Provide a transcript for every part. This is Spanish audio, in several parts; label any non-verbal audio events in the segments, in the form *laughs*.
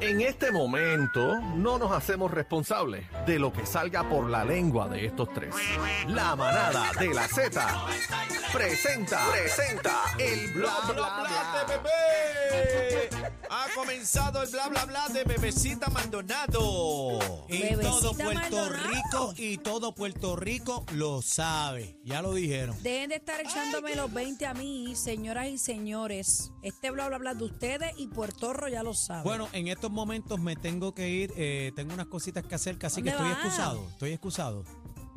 En este momento no nos hacemos responsables de lo que salga por la lengua de estos tres. La manada de la Z presenta, presenta el bla bla bla bla bla. de bebé. Ha comenzado el bla bla bla de bebecita Maldonado. Y Bebecita todo Puerto Maldonado. Rico y todo Puerto Rico lo sabe. Ya lo dijeron. Dejen de estar echándome los 20 a mí, señoras y señores. Este bla bla bla de ustedes y Puertorro ya lo sabe. Bueno, en estos momentos me tengo que ir. eh, tengo unas cositas que hacer, casi que ¿Dónde estoy vas? excusado. Estoy excusado.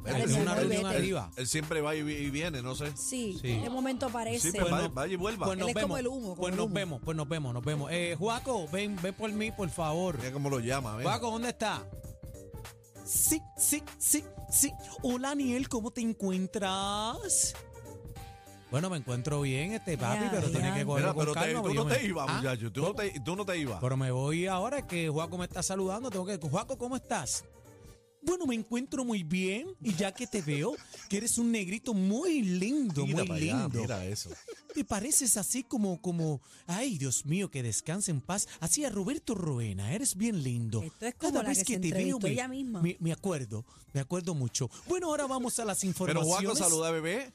Dale, Tengo mi una amor, reunión vete. arriba. Él siempre va y, vi- y viene, no sé. sí, sí. de momento parece. Siempre Bueno, va, vaya y vuelva. Pues Él nos es vemos. como el humo, como pues el nos humo. vemos, pues nos vemos, nos vemos. Eh, Juaco, ven, ven por mí, por favor. Mira cómo lo llama. ven. Juaco, ¿dónde está? Sí, sí, sí, sí. Hola, Aniel, ¿cómo te encuentras? Bueno, me encuentro bien, este papi, Ya, pero ya. tiene que Mira, cogerlo con pero te- calma. tú porque no yo te me- ibas, Ah, muchacho. Tú no te, tú no te ibas. Pero me voy ahora que Juaco me está saludando. Tengo que. Juaco, ¿cómo estás? Bueno, me encuentro muy bien. Y ya que te veo, que eres un negrito muy lindo, Mira muy para allá, lindo. mira eso. Te pareces así como, como. Ay, Dios mío, que descanse en paz. Así a Roberto Roena, eres bien lindo. Esto es como la que se entrevistó ella misma. Me, me acuerdo, me acuerdo mucho. Bueno, ahora vamos a las Pero informaciones. Juaco saluda a bebé.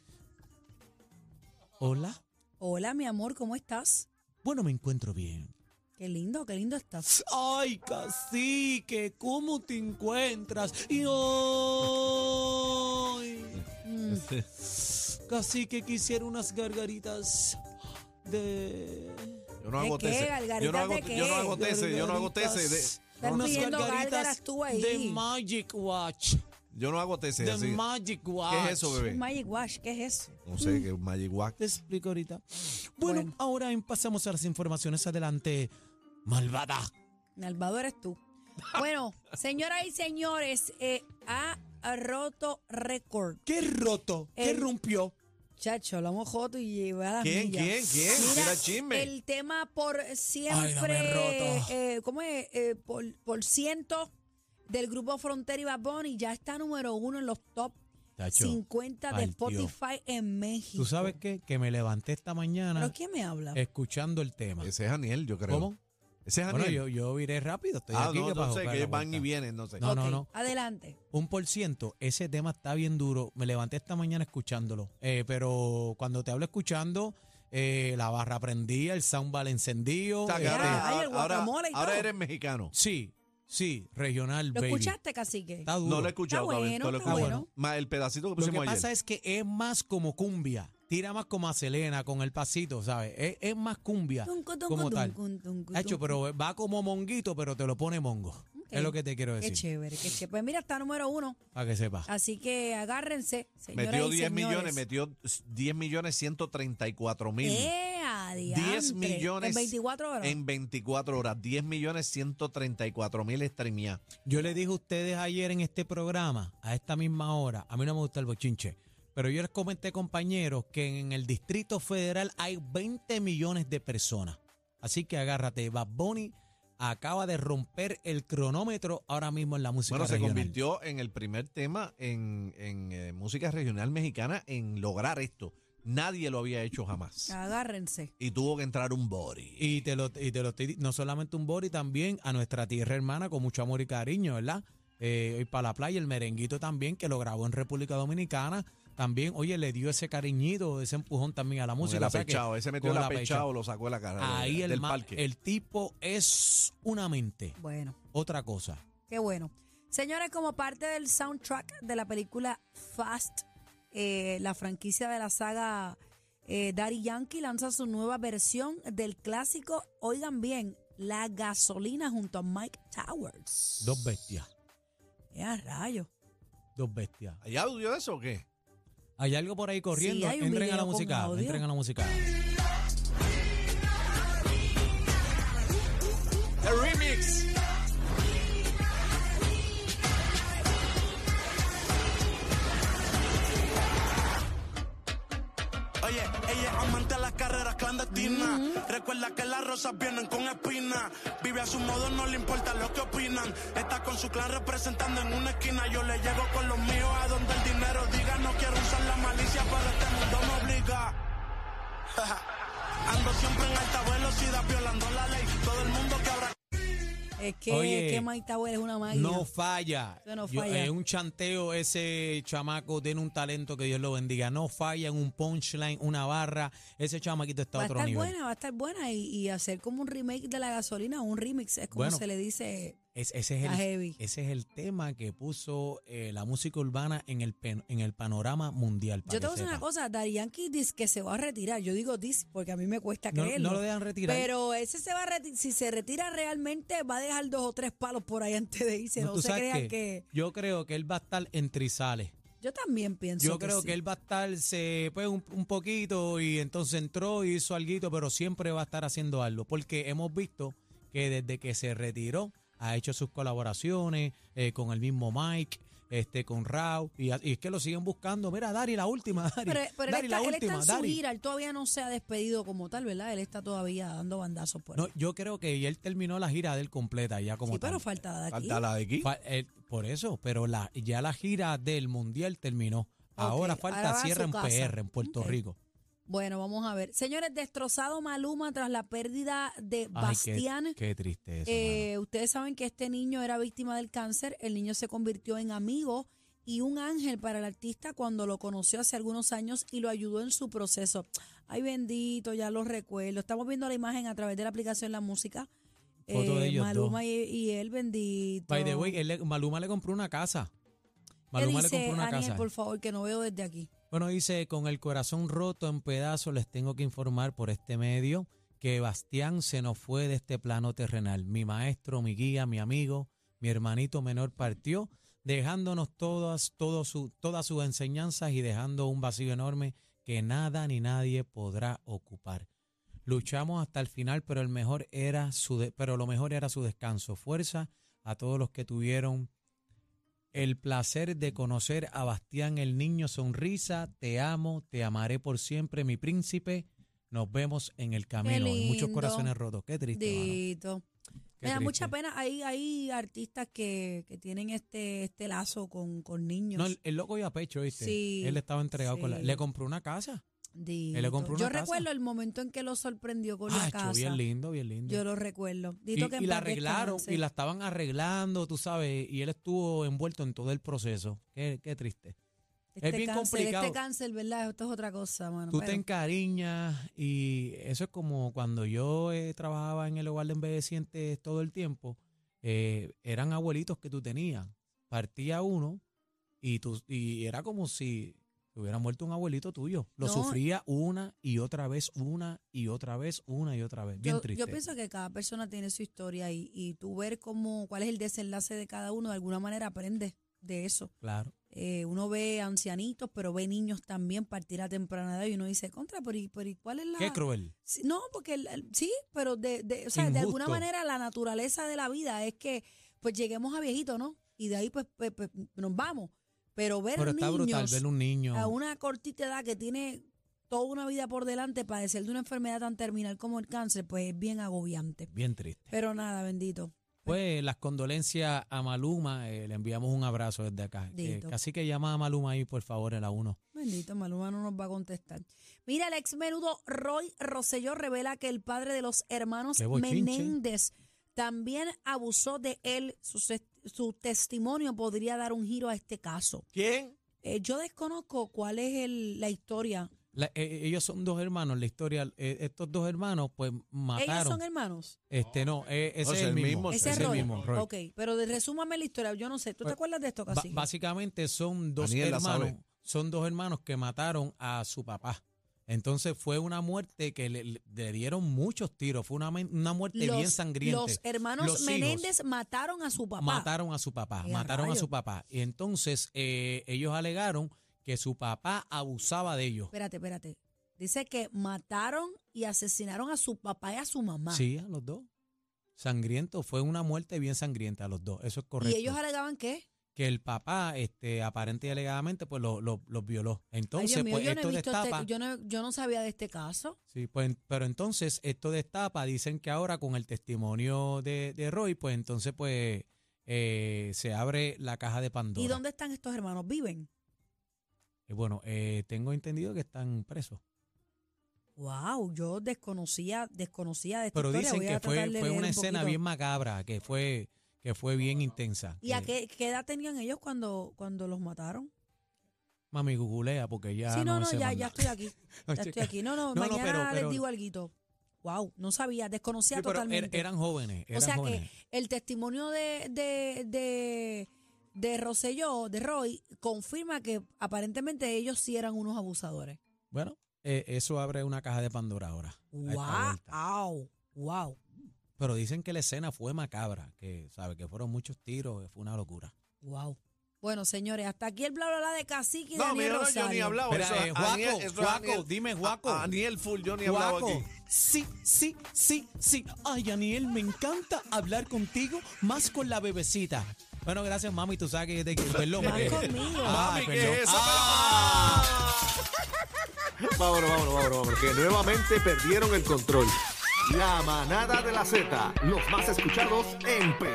Hola. Hola, mi amor, ¿cómo estás? Bueno, me encuentro bien. Qué lindo, qué lindo estás. Ay, cacique, ¿cómo te encuentras? Y hoy. Mm, Cacique, quisiera unas gargaritas de. Yo no ¿De hago qué, tese. Yo no Galgaritas, hago, de yo no hago qué? tese, yo no hago tese. Gargaritas- de- Estás unas pidiendo gargaritas gárgaras tú ahí. De Magic Watch. yo no hago tese De así. Magic Watch. ¿Qué es eso, un bebé? Magic Wash, ¿qué es eso? No sé, que es Magic Wack. Te explico ahorita. Bueno, Bueno. ahora em- pasamos a las informaciones. Adelante, malvada. Malvado eres tú. *laughs* Bueno, señoras y señores, eh, ha roto récord. ¿Qué roto? ¿Qué El- rompió? Chacho, lo hemos joto y lleva a las ¿Quién, millas. quién, quién? Mira el chisme. El tema por Ay, siempre. dame roto. eh, ¿Cómo es? Eh, por, por ciento del grupo Frontera y Bad Bunny ya está número uno en los top 50 de partió. Spotify en México. ¿Tú sabes qué? Que Eh, me levanté esta mañana ¿Pero quién me habla? escuchando el tema. Ese es Aniel, yo creo. ¿Cómo? Ese es Aniel. Bueno, yo, yo iré rápido. Estoy ah, aquí no, que para no sé, jugar que la van y vuelta. vienen, no sé. No, no, Ok, no. Adelante. Un por ciento, ese tema está bien duro. Me levanté esta mañana escuchándolo. Eh, pero cuando te hablo escuchando, eh, la barra prendía, el soundball encendido. O sea, que eh, ahora- ahora, ay, el ahora- guacamole y ahora todo. eres mexicano. sí, sí, regional, ¿Lo baby. escuchaste, cacique? Está duro. No lo he escuchado Está todavía, bueno, no lo he está escuchado. bueno. Más el pedacito que Lo que pusimos ayer. pasa es que es más como cumbia. Tira más como a Selena con el pasito, ¿sabes? Es, es más cumbia Tuncu, tuncu, como tal. tuncu, tuncu, Hacho, tuncu. pero va como monguito, pero te lo pone mongo. Es lo que te quiero Qué decir, chévere, qué chévere. Pues mira, está número uno. para que sepas. Así que agárrense, señoras metió y 10 señores. millones, metió 10 millones 134 mil. ¡Eh, adiantre! 10 millones En 24 horas. En 24 horas, 10 millones 134 mil streameadas. Yo le dije a ustedes ayer en este programa, a esta misma hora, a mí no me gusta el bochinche, pero yo les comenté, compañeros, que en el Distrito Federal hay 20 millones de personas. Así que agárrate, Bad Bunny acaba de romper el cronómetro ahora mismo en la música Bueno, se regional. convirtió en el primer tema en, en, eh, música regional mexicana en lograr esto. Nadie lo había hecho jamás. Ah. Agárrense. Y tuvo que entrar un body. Y te lo, y te lo estoy, di- no solamente un bori, también a nuestra tierra hermana con mucho amor y cariño, ¿verdad? Eh, y para la playa, el merenguito también, que lo grabó en República Dominicana, también, oye, le dio ese cariñito, ese empujón también a la música. Con el o sea que- apechado, ese metió con el el apechado, lo sacó de la cara de- Ahí el, del ma- parque. el tipo es una mente, Bueno, otra cosa. qué bueno. Señores, como parte del soundtrack de la película Fast, eh, la franquicia de la saga eh, Daddy Yankee lanza su nueva versión del clásico, oigan bien, La gasolina junto a Mike Towers. Dos bestias, ¡Eh, a rayos! dos bestias. ¿Hay audio de eso o qué? Hay algo por ahí corriendo, hay un entren a la video con música, audio. entren a la música. El remix. Oye, ella es amante a las carreras clandestinas. Recuerda que las rosas vienen con espinas. Vive a su modo, no le importa lo que opinan. Está con su clan representando en una esquina. Yo le llego con los míos a donde el dinero diga. No quiero usar la malicia, pero este mundo me obliga. *laughs* Ando siempre en alta velocidad, violando la ley. Todo el mundo que habrá. es que, Oye, es que Mike Tower es una máquina. No falla. Eso no Yo- falla. eh, un chanteo, ese chamaco tiene un talento que Dios lo bendiga. No falla en un punchline, una barra. Ese chamaquito está va a a otro estar nivel. buena, va a estar buena. Y, y hacer como un remake de la gasolina, un remix, es como Bueno. se le dice. Es- ese, es Está el, heavy. ese es el tema que puso eh, la música urbana en el, pen- en el panorama mundial. para Yo que te voy a decir sepa. una cosa, Dari Yankee dice que se va a retirar. Yo digo dis porque a mí me cuesta No, creerlo. no lo dejan retirar. Pero ese se va a reti- si se retira realmente va a dejar dos o tres palos por ahí antes de irse. No, No, tú se sabes crean qué, que Yo creo que él va a estar en Trizales. yo también pienso. Yo creo sí. que él va a estar se, pues, un, un poquito y entonces entró y hizo algo, pero siempre va a estar haciendo algo. Porque hemos visto que desde que se retiró ha hecho sus colaboraciones eh, con el mismo Mike, este, con Rao, y, a- y es que lo siguen buscando. Mira, Dari, la última, Dari. Pero, pero Dari, él, está, la él está última, en su Dari. gira, él todavía no se ha despedido como tal, ¿verdad? Él está todavía dando bandazos por No, ahí. yo creo que él terminó la gira de él completa ya como Sí, pero tal. falta la de aquí. Falta la de aquí. Fa- eh, por eso, pero la, ya la gira del mundial terminó. Ahora Ok, falta ahora va a cierre su en casa. PR, en Puerto Ok. Rico. Bueno, vamos a ver. Señores, destrozado Maluma tras la pérdida de Ay, qué- Bastián. qué, triste eso. Eh, ustedes saben que este niño era víctima del cáncer, el niño se convirtió en amigo y un ángel para el artista cuando lo conoció hace algunos años y lo ayudó en su proceso. Ay bendito, ya lo recuerdo. Estamos viendo la imagen a través de la aplicación La Música. Eh, Foto de ellos Maluma y, y él, bendito. By the way, él le- Maluma le compró una casa. ¿Qué dice, Maluma le compró una Aniel, casa. por favor, que no veo desde aquí. Bueno, dice, con el corazón roto en pedazos, les tengo que informar por este medio que Bastián se nos fue de este plano terrenal. Mi maestro, mi guía, mi amigo, mi hermanito menor partió, dejándonos todas, todo su, todas sus enseñanzas y dejando un vacío enorme que nada ni nadie podrá ocupar. Luchamos hasta el final, pero el mejor era su de- pero lo mejor era su descanso. Fuerza a todos los que tuvieron el placer de conocer a Bastián el Niño Sonrisa. Te amo, te amaré por siempre, mi príncipe. Nos vemos en el camino. Y muchos lindo. corazones rotos. Qué triste. mano. Dito. Qué Me da triste. mucha pena. Hay, hay artistas que, que tienen este, este lazo con, con niños. No, el, el loco iba a pecho, ¿viste? Sí, Él estaba entregado con la. sí. Le compró una casa. Dito. le compró una Yo casa. recuerdo el momento en que lo sorprendió con Ah, la hecho, casa. bien lindo, bien lindo. Yo lo recuerdo. y, Dito que en y la paz arreglaron descanse. y la estaban arreglando, tú sabes, y él estuvo envuelto en todo el proceso. Qué, qué triste. Este es bien cáncer, complicado. Este cáncer, ¿verdad? Esto es otra cosa, mano. Tú pero- te encariñas y eso es como cuando yo eh, trabajaba en el hogar de envejecientes todo el tiempo, eh, eran abuelitos que tú tenías. Partía uno y, tú, y era como si hubiera muerto un abuelito tuyo. Lo No. sufría una y otra vez, una y otra vez, una y otra vez. Bien yo, triste. yo pienso que cada persona tiene su historia y, y tú ver cómo, cuál es el desenlace de cada uno, de alguna manera aprendes de eso. claro. Eh, uno ve ancianitos, pero ve niños también partir a temprana edad y uno dice, contra, pero ¿y, pero ¿y cuál es la...? Qué cruel. Sí, No, porque el- el- sí, pero de, de, o sea, de alguna Injusto. manera la naturaleza de la vida es que pues lleguemos a viejito, ¿no? Y de ahí pues, pues, pues, nos vamos. Pero ver Pero está niños brutal ver un niño. a una cortita edad que tiene toda una vida por delante padecer de una enfermedad tan terminal como el cáncer, pues es bien agobiante. Bien triste. Pero nada, bendito. Pues las condolencias a Maluma, eh, le enviamos un abrazo desde acá. Eh, Dito. así que llama a Maluma ahí, por favor, en la 1. Bendito, Maluma no nos va a contestar. Mira, el ex menudo Roy Rosselló revela que el padre de los hermanos Qué bochinche. Menéndez también abusó de él. Su, ses- su testimonio podría dar un giro a este caso. ¿Quién? Eh, yo desconozco cuál es el- la historia. La- eh, ellos son dos hermanos, la historia, eh, estos dos hermanos pues ¿Ellos mataron. son hermanos? este no, eh, ese No, es el mismo. Ese es ese Roy. mismo, Roy. Ok, pero de- resúmame la historia. Yo no sé. ¿Tú Pues, te acuerdas de esto, Ba- Cacique? básicamente son dos Daniel la hermanos, sabe. son dos hermanos que mataron a su papá. Entonces fue una muerte que le, le- le dieron muchos tiros, fue una, men- una muerte bien sangrienta. los hermanos Los hijos Menéndez mataron a su papá. Mataron a su papá, ¡Eh, a mataron a rayos! su papá. Y entonces eh, ellos alegaron que su papá abusaba de ellos. Espérate, espérate. Dice que mataron y asesinaron a su papá y a su mamá. Sí, a los dos. Sangriento, fue una muerte bien sangrienta a los dos, eso es correcto. ¿Y ellos alegaban qué? que el papá, este, aparente y alegadamente, pues lo- lo- los violó. Ay, Entonces, Dios mío, pues yo no, he esto visto este- destapa. yo, no, yo no sabía de este caso. Sí, pues, en- pero entonces esto destapa, dicen que ahora con el testimonio de, de Roy, pues entonces pues eh, se abre la caja de Pandora. ¿Y dónde están estos hermanos? ¿Viven? Eh, bueno, eh, tengo entendido que están presos. Wow, yo desconocía, desconocía de esta Pero historia. dicen Voy que a tratar fue, de fue leer una un escena poquito. bien macabra, que fue, que fue bien intensa. ¿Y a que- qué, qué edad tenían ellos cuando, cuando los mataron? Mami, googlea porque ya sí, no, no, no, sé ya, más ya nada. estoy *laughs* aquí. Ya estoy aquí. No, no, No, no, mañana pero- pero- les digo algo. Wow, no sabía, Sí, desconocía pero er- totalmente. eran jóvenes, eran o sea jóvenes. que el testimonio de, de, de, de Rosselló, de Roy, confirma que aparentemente ellos sí eran unos abusadores. Bueno, eh, eso abre una caja de Pandora ahora. a esta vuelta. Wow, wow. Pero dicen que la escena fue macabra, que sabe que fueron muchos tiros, que fue una locura. Wow. Bueno, señores, hasta aquí el bla bla bla de Cacique y No, Daniel mira, no, Rosario. yo ni he hablado. Mira, eso es eh, Juaco, Aniel, eso es Juaco, Aniel. dime, Juaco. A- Aniel Full, yo ni he hablado Guaco. aquí. Sí, sí, sí, sí. Ay, Daniel, me encanta hablar contigo, más con la bebecita. Bueno, gracias, mami. Tú sabes que yo te quiero. Perdón. Más porque- conmigo. Ah, Mami, perdón. Ah, ¿qué es *laughs* eso? Vámonos, vámonos, vámonos, vámonos, que nuevamente perdieron el control. La manada de la Z, los más escuchados en Perú.